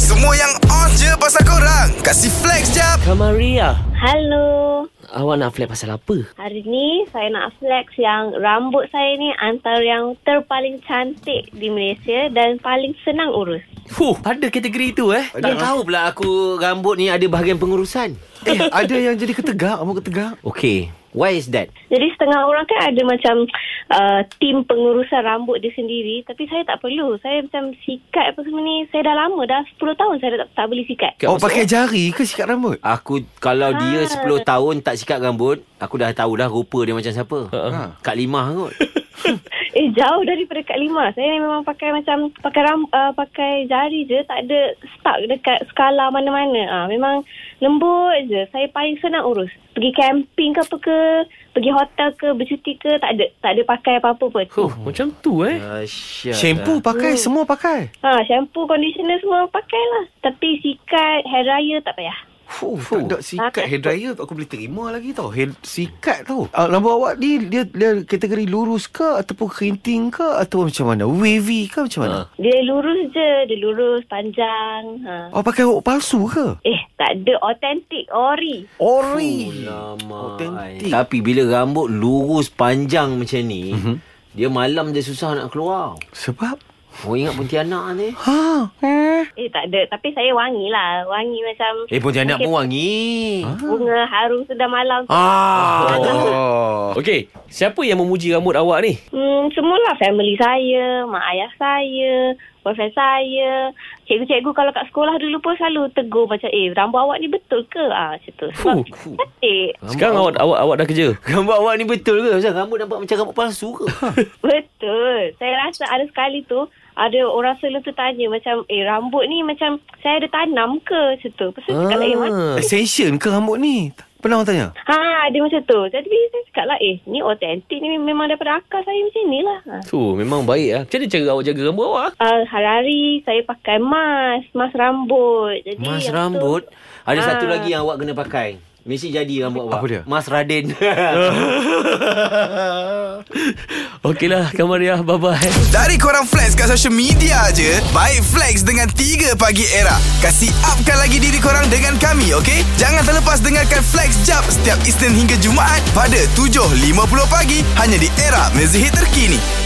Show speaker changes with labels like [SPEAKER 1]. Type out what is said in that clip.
[SPEAKER 1] Semua yang on je pasal korang Kasih flex jap
[SPEAKER 2] Kamaria
[SPEAKER 3] Halo.
[SPEAKER 2] Awak nak flat pasal apa?
[SPEAKER 3] Hari ni saya nak flex yang rambut saya ni antara yang terpaling cantik di Malaysia dan paling senang urus.
[SPEAKER 2] Fuh, ada kategori tu eh Tak tahu pula aku rambut ni ada bahagian pengurusan
[SPEAKER 4] Eh ada yang jadi ketegak Rambut ketegak
[SPEAKER 2] Okay, why is that?
[SPEAKER 3] Jadi setengah orang kan ada macam uh, tim pengurusan rambut dia sendiri tapi saya tak perlu. Saya macam sikat apa semua ni saya dah lama dah 10 tahun saya tak, tak beli sikat.
[SPEAKER 4] Oh pakai jari ke sikat rambut
[SPEAKER 2] Aku kalau dia
[SPEAKER 3] Ha.
[SPEAKER 2] 10 tahun tak sikat rambut Aku dah tahu dah rupa dia macam siapa ha. Kak Limah kot
[SPEAKER 3] Eh jauh daripada Kak Lima. Saya memang pakai macam pakai ram, uh, pakai jari je tak ada stuck dekat skala mana-mana. Ah ha, memang lembut je. Saya paling senang urus. Pergi camping ke apa ke, pergi hotel ke, bercuti ke tak ada tak ada pakai apa-apa pun.
[SPEAKER 5] Oh, macam tu eh.
[SPEAKER 2] Asyik
[SPEAKER 4] Shampoo pakai Semua pakai
[SPEAKER 3] Ha shampoo, conditioner semua pakai lah. Tapi sikat, hair dryer tak payah.
[SPEAKER 4] Fuh, tak ada sikat hair dryer tu aku boleh terima lagi tau. Hair sikat tau. Uh, rambut awak ni dia, dia kategori lurus ke ataupun kerinting ke atau macam mana? Wavy ke macam mana?
[SPEAKER 3] Dia lurus je, dia lurus panjang. Ha.
[SPEAKER 4] Awak Oh, pakai rok palsu ke?
[SPEAKER 3] Eh, tak ada authentic ori.
[SPEAKER 4] Ori.
[SPEAKER 2] Lama
[SPEAKER 4] Autentik.
[SPEAKER 2] Tapi bila rambut lurus panjang macam ni mm-hmm. Dia malam dia susah nak keluar
[SPEAKER 4] Sebab
[SPEAKER 2] Orang ingat Pontianak ni
[SPEAKER 4] ha.
[SPEAKER 3] Eh, tak ada. Tapi saya wangi lah. Wangi macam
[SPEAKER 2] Eh Pontianak pun wangi ha?
[SPEAKER 3] bunga harum sudah malam.
[SPEAKER 4] Ah.
[SPEAKER 5] Oh. Okey, siapa yang memuji rambut awak ni?
[SPEAKER 3] Hmm, semualah family saya, mak ayah saya, boyfriend saya. Cikgu-cikgu kalau kat sekolah dulu pun selalu tegur macam, eh, rambut awak ni betul ke? Ah, macam tu. Sebab
[SPEAKER 5] Fuh.
[SPEAKER 3] cantik.
[SPEAKER 5] Sekarang awak, awak awak dah kerja.
[SPEAKER 2] Rambut awak ni betul ke? Ustaz, rambut nampak macam rambut palsu ke?
[SPEAKER 3] Betul. Saya rasa ada sekali tu, ada orang selalu tu tanya macam, eh, rambut ni macam saya ada tanam ke? Macam tu. Pasal ah. cakap lain macam.
[SPEAKER 4] Extension ke rambut ni? Pernah orang tanya?
[SPEAKER 3] Ha, dia macam tu. Jadi saya cakap lah, eh, ni autentik ni memang daripada akal saya macam ni lah. Ha.
[SPEAKER 5] Tu memang baik lah. Macam mana cara awak jaga rambut awak?
[SPEAKER 3] Uh, hari-hari saya pakai mask, mask rambut. Jadi
[SPEAKER 2] Mas
[SPEAKER 3] yang tu-
[SPEAKER 2] rambut Ada
[SPEAKER 3] Ah.
[SPEAKER 2] satu lagi yang awak kena pakai Mesti jadi rambut awak
[SPEAKER 4] Apa dia?
[SPEAKER 2] Mas Radin
[SPEAKER 5] Okeylah, Kamaria. Bye-bye.
[SPEAKER 1] Dari korang flex kat social media je Baik flex dengan 3 pagi era Kasih upkan lagi diri korang dengan kami okay? Jangan terlepas dengarkan flex jap Setiap Isnin hingga Jumaat Pada 7.50 pagi Hanya di era mezihit terkini